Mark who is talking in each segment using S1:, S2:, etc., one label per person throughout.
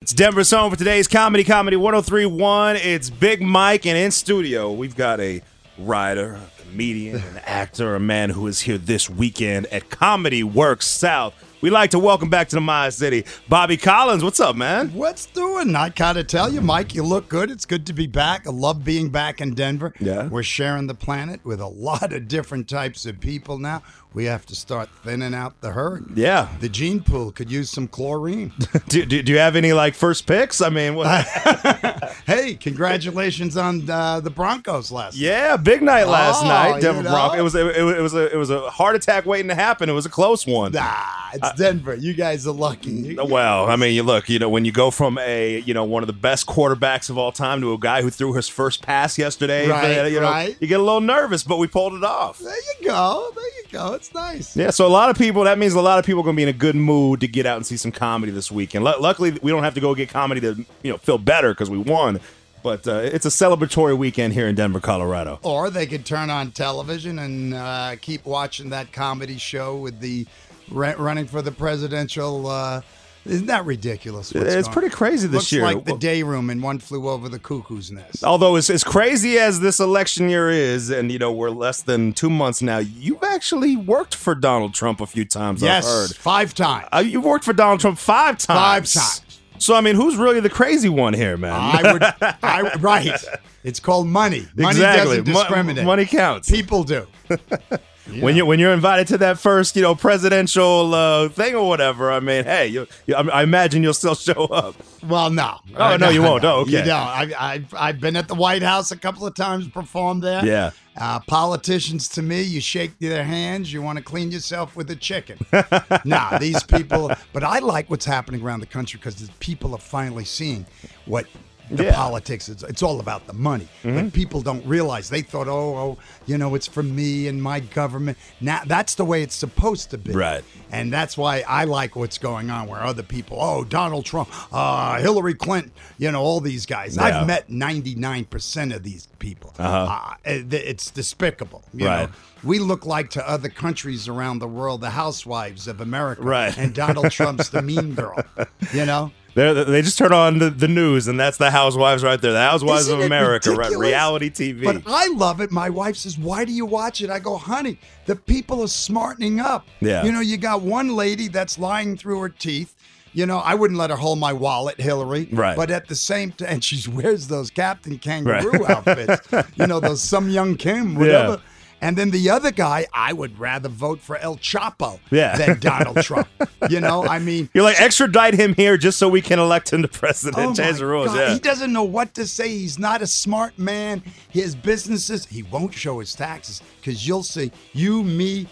S1: It's Denver's home for today's Comedy Comedy 1031. It's Big Mike, and in studio, we've got a writer, a comedian, an actor, a man who is here this weekend at Comedy Works South. We'd like to welcome back to the Maya City, Bobby Collins. What's up, man?
S2: What's doing? I gotta tell you, Mike, you look good. It's good to be back. I love being back in Denver.
S1: Yeah.
S2: We're sharing the planet with a lot of different types of people now. We have to start thinning out the herd.
S1: Yeah.
S2: The gene pool could use some chlorine.
S1: Do, do, do you have any like first picks? I mean, what?
S2: hey, congratulations on uh, the Broncos last night.
S1: yeah, big night last
S2: Oh,
S1: night, Denver
S2: you know?
S1: Bronco. It was it, was- it was a it was a heart attack waiting to happen. It was a close one.
S2: Nah,
S1: Uh,
S2: it's Denver. You guys are lucky.
S1: Well, I mean, you look, you know, when you go from a, you know, one of the best quarterbacks of all time to a guy who threw his first pass yesterday,
S2: Right,
S1: you know,
S2: right.
S1: you get a little nervous, but we pulled it off.
S2: There you go. There you go. It's nice.
S1: Yeah, so a lot of people, that means a lot of people are going to be in a good mood to get out and see some comedy this weekend. Lu luckily, we don't have to go get comedy to, you know, feel better because we won, but uh, it's a celebratory weekend here in Denver, Colorado.
S2: Or they could turn on television and uh, keep watching that comedy show with the re- running for the presidential. Uh, isn't that ridiculous? what's
S1: It's
S2: going-
S1: pretty crazy this
S2: Looks
S1: year.
S2: like the
S1: Well-
S2: day room and one flew over the cuckoo's nest.
S1: Although as, as crazy as this election year is, and you know we're less than two months now, you've actually worked for Donald Trump a few times. I've heard.
S2: yes, five times.
S1: Uh, you've worked for Donald Trump five
S2: Five
S1: times.
S2: times. Ah,
S1: So I mean, who's really the crazy one here, man?
S2: I would. I, right. It's called money. Money
S1: exactly.
S2: doesn't
S1: Mo-
S2: discriminate.
S1: money counts.
S2: People do.
S1: When you when you're invited to that first, you know, presidential uh, thing or whatever, I mean, hey, you, you, I, I imagine you'll still show up.
S2: Well, no.
S1: Oh, no, you won't. Oh,
S2: You
S1: okay.
S2: don't. I, I've, I've been at the White House a couple of times, performed there.
S1: Yeah.
S2: Uh, politicians, to me, you shake their hands, you want to clean yourself with a chicken. nah, these people. But I like what's happening around the country because the people are finally seeing what the
S1: Yeah. Mm-hmm.
S2: politics is. It's all about the money. But people don't realize. They thought, oh, oh, you know, it's for me and my government. Now, that's the way it's supposed to be.
S1: Right.
S2: And that's why I like what's going on where other people, oh, Donald Trump, uh, Hillary Clinton, you know, all these guys.
S1: Yeah.
S2: I've met 99% of these people. Uh-huh. it's despicable. You
S1: Right.
S2: Know? We look like to other countries around the world the housewives of America.
S1: Right.
S2: And Donald Trump's the mean girl, you know?
S1: They're, they just turn on the, the news, and that's the housewives right there. The housewives
S2: Isn't
S1: of
S2: it
S1: America, right?
S2: ridiculous?
S1: Reality TV.
S2: But I love it. My wife says, "Why do you watch it?" I go, "Honey, the people are smartening up."
S1: Yeah.
S2: You know, you got one lady that's lying through her teeth. You know, I wouldn't let her hold my wallet, Hillary.
S1: Right.
S2: But at the same time, and she wears those Captain Kangaroo
S1: Right.
S2: outfits. You know, those some young Kim, whatever. And then the other guy, I would rather vote for El Chapo
S1: Yeah.
S2: than Donald Trump. You know, I mean,
S1: You're like extradite him here just so we can elect him to president. Change
S2: Oh my
S1: the rules.
S2: God.
S1: Yeah.
S2: He doesn't know what to say. He's not a smart man. His businesses, he won't show his taxes because you'll see, you, me,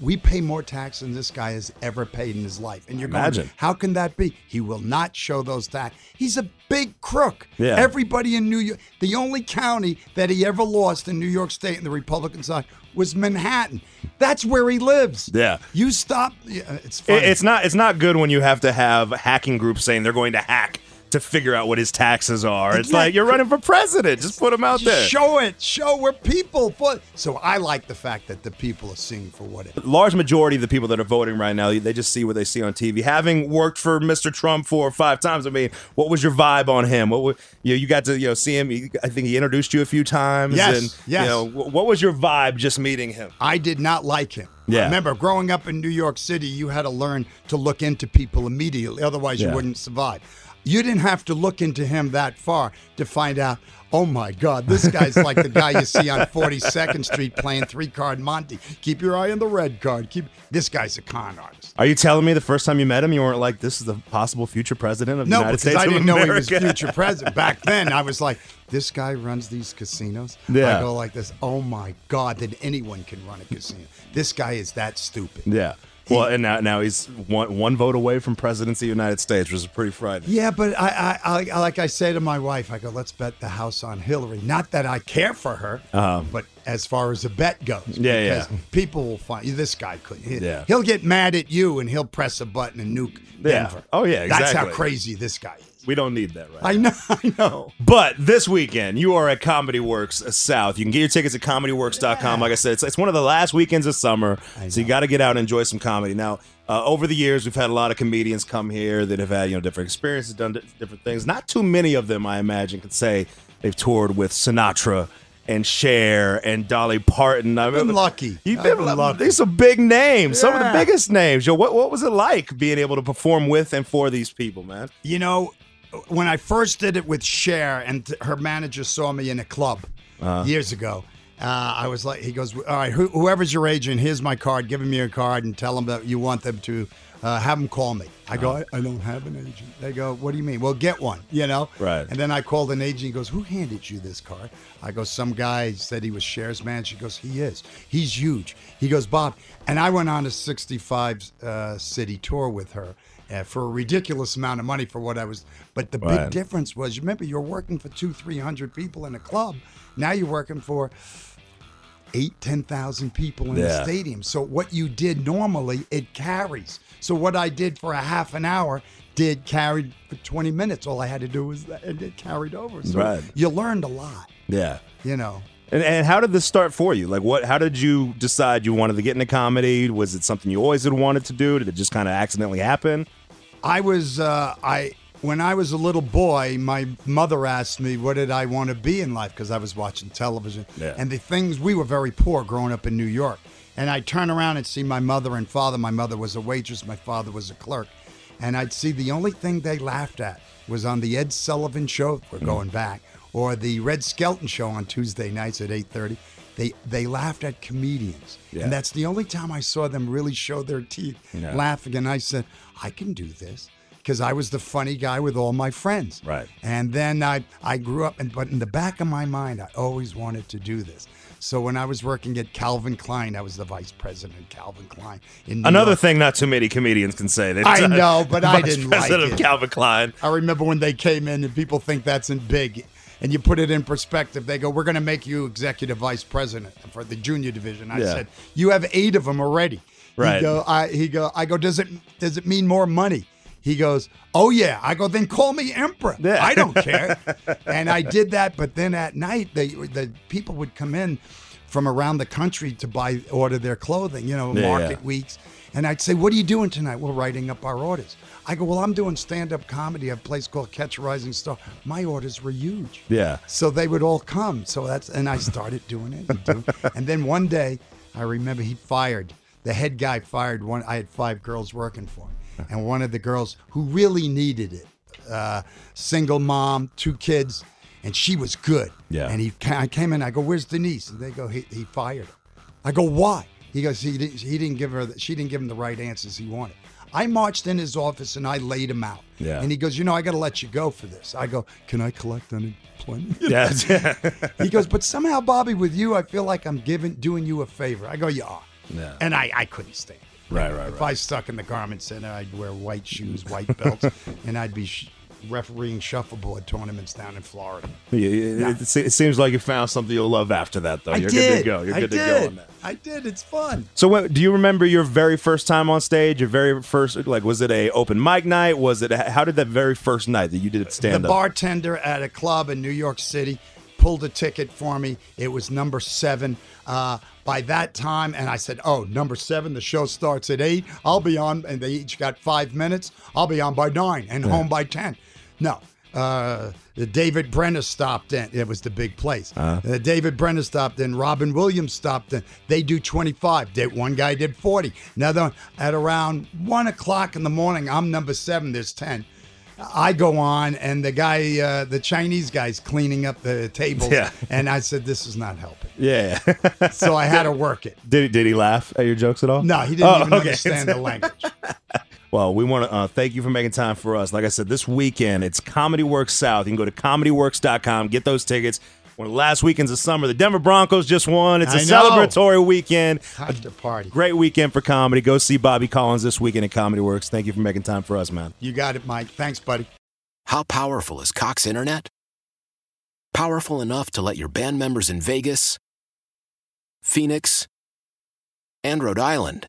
S2: we pay more tax than this guy has ever paid in his life. And you're
S1: Imagine.
S2: going, how can that be? He will not show those tax. He's a big crook.
S1: Yeah.
S2: Everybody in New York, the only county that he ever lost in New York State in the Republican side was Manhattan. That's where he lives.
S1: Yeah.
S2: You stop. yeah, It's
S1: It-
S2: funny.
S1: it's not it's not good when you have to have hacking groups saying they're going to hack to figure out what his taxes are. It's
S2: Yeah.
S1: like you're running for president. Just put him out
S2: Just
S1: there.
S2: Show it. Show we're people. For so I like the fact that the people are seeing for what it.
S1: Large majority of the people that are voting right now, they just see what they see on TV. Having worked for Mr. Trump four or five times, I mean, what was your vibe on him? What wa- you, know, you got to you know see him? you- I think he introduced you a few times.
S2: Yes,
S1: and,
S2: yes.
S1: You know, wh- what was your vibe just meeting him?
S2: I did not like him.
S1: Yeah.
S2: Remember, growing up in New York City, you had to learn to look into people immediately, otherwise
S1: Yeah.
S2: you wouldn't survive. You didn't have to look into him that far to find out. Oh my God, this guy's like the guy you see on 42nd Street playing three card Monte. Keep your eye on the red card. Keep this guy's a con artist.
S1: Are you telling me the first time you met him, you weren't like, "This is the possible future president of the
S2: No,
S1: United
S2: because
S1: States
S2: I
S1: of
S2: didn't know he was
S1: America?
S2: future president. Back then, I was like, this guy runs these casinos.
S1: Yeah.
S2: I go like this. Oh my God, that anyone can run a casino. This guy is that stupid.
S1: Yeah. Well, and now now he's one one vote away from presidency of the United States, which is pretty frightening.
S2: Yeah, but I, I, I, like I say to my wife, I go, let's bet the house on Hillary. Not that I care for her, but as far as a bet goes,
S1: Uh-huh. Yeah,
S2: because people will find this guy could. He,
S1: Yeah.
S2: he'll get mad at you and he'll press a button and nuke
S1: Yeah.
S2: Denver.
S1: Oh, yeah,
S2: that's how
S1: exactly.
S2: crazy this guy is.
S1: We don't need that right
S2: I know, I know.
S1: Oh. But this weekend, you are at Comedy Works South. You can get your tickets at comedyworks.com. Like I said, it's, it's one of the last weekends of summer, so you got to get out and enjoy some comedy. Now, uh, over the years, we've had a lot of comedians come here that have had you know different experiences, done di- different things. Not too many of them, I imagine, could say they've toured with Sinatra and Cher and Dolly Parton. I've
S2: been lucky.
S1: You've
S2: I've
S1: been,
S2: been
S1: lu-
S2: lucky.
S1: These are big names. Some of the
S2: Yeah.
S1: biggest names. Yo, what what was it like being able to perform with and for these people, man?
S2: You know, when I first did it with Cher, and th- her manager saw me in a club years ago. Uh, I was like, he goes, all right, who, whoever's your agent, here's my card. Give him your card and tell him that you want them to uh, have them call me. I go, I, I don't have an agent. They go, what do you mean? Well, get one, you know?
S1: Right.
S2: And then I called an agent. He goes, who handed you this card? I go, some guy said he was Cher's manager. He goes, he is. He's huge. He goes, Bob. And I went on a 65 uh, city tour with her uh, for a ridiculous amount of money for what I was. But the
S1: Right.
S2: big difference was, you remember, you're working for two, three hundred people in a club. Now you're working for eight, ten thousand people in
S1: Yeah.
S2: the stadium. So what you did normally, it carries. So what I did for a half an hour did carry for twenty minutes. All I had to do was that, and it carried over. So
S1: Right.
S2: you learned a lot,
S1: Yeah.
S2: you know.
S1: And, and how did this start for you? Like, what? How did you decide you wanted to get into comedy? Was it something you always had wanted to do? Did it just kind of accidentally happen?
S2: I was uh, I when I was a little boy, my mother asked me what did I want to be in life because I was watching television.
S1: Yeah.
S2: And the things we were very poor growing up in New York. And I'd turn around and see my mother and father. My mother was a waitress, my father was a clerk. And I'd see the only thing they laughed at was on the Ed Sullivan show, we're
S1: Mm-hmm.
S2: going back, or the Red Skelton show on Tuesday nights at 8:30. They they laughed at comedians.
S1: Yeah.
S2: And that's the only time I saw them really show their teeth
S1: Yeah.
S2: laughing and I said, I can do this because I was the funny guy with all my friends.
S1: Right.
S2: And then I I grew up and but in the back of my mind I always wanted to do this. So when I was working at Calvin Klein, I was the vice president of Calvin Klein in New
S1: Another
S2: York.
S1: thing, not too many comedians can say. They've
S2: I
S1: done-
S2: know, but I
S1: Vice
S2: didn't like
S1: President of
S2: it.
S1: Calvin Klein.
S2: I remember when they came in and people think that's in big. And you put it in perspective. They go, "We're going to make you executive vice president for the junior division." I
S1: Yeah.
S2: said, "You have eight of them already."
S1: Right.
S2: He go, I, he go, I go. Does it does it mean more money? He goes, "Oh yeah." I go, "Then call me emperor.
S1: Yeah.
S2: I don't care." and I did that. But then at night, they the people would come in from around the country to buy order their clothing. You know,
S1: Yeah,
S2: market
S1: yeah.
S2: weeks. And I'd say, What are you doing tonight? We're writing up our orders. I go, Well, I'm doing stand up comedy at a place called Catch a Rising Star. My orders were huge.
S1: Yeah.
S2: So they would all come. So that's, and I started doing it. And, doing, and then one day, I remember he fired, the head guy fired one. I had five girls working for
S1: Uh.
S2: him. And one of the girls who really needed it, uh, single mom, two kids, and she was good.
S1: Yeah.
S2: And he, ca- I came in, I go, Where's Denise? And they go, He, he fired her. I go, why? He goes, he didn't, he didn't give her, the, she didn't give him the right answers he wanted. I marched in his office and I laid him out.
S1: Yeah.
S2: And he goes, you know, I got to let you go for this. I go, can I collect unemployment?
S1: Yeah,
S2: he goes, but somehow, Bobby, with you, I feel like I'm giving, doing you a favor. I go, you are.
S1: Yeah.
S2: And I, I couldn't stand it.
S1: Right, right,
S2: If
S1: right.
S2: I stuck in the garment center, I'd wear white shoes, white belts, and I'd be sh- refereeing shuffleboard tournaments down in Florida.
S1: Yeah, yeah, It, se- it seems like you found something you'll love after that, though.
S2: I
S1: You're
S2: did.
S1: good to go. You're
S2: I
S1: good
S2: did.
S1: to go on that.
S2: I did. It's fun.
S1: So, what, do you remember your very first time on stage? Your very first, like, was it a open mic night? Was it? How did that very first night that you did stand
S2: the
S1: up?
S2: bartender at a club in New York City pulled a ticket for me. It was number seven. Uh, by that time, and I said, "Oh, number seven. The show starts at eight. I'll be on." And they each got five minutes. I'll be on by nine and home by ten. No. Uh, the David Brenner stopped in. It was the big place. uh
S1: Uh-huh.
S2: David Brenner stopped in. Robin Williams stopped in. They do 25. Did one guy did 40. Another one at around one o'clock in the morning. I'm number seven. There's 10. I go on, and the guy, uh, the Chinese guy's cleaning up the table.
S1: Yeah.
S2: And I said, This is not helping.
S1: yeah.
S2: So I had to work it.
S1: did he- did he laugh at your jokes at all?
S2: No, he didn't
S1: Oh,
S2: even
S1: okay.
S2: understand the language.
S1: Well, we want to uh, thank you for making time for us. Like I said, this weekend it's Comedy Works South. You can go to comedyworks.com, get those tickets. One of the last weekends of summer. The Denver Broncos just won. It's a
S2: I know.
S1: celebratory weekend.
S2: Time to party.
S1: Great weekend for comedy. Go see Bobby Collins this weekend at Comedy Works. Thank you for making time for us, man.
S2: You got it, Mike. Thanks, buddy.
S3: How powerful is Cox Internet? Powerful enough to let your band members in Vegas, Phoenix, and Rhode Island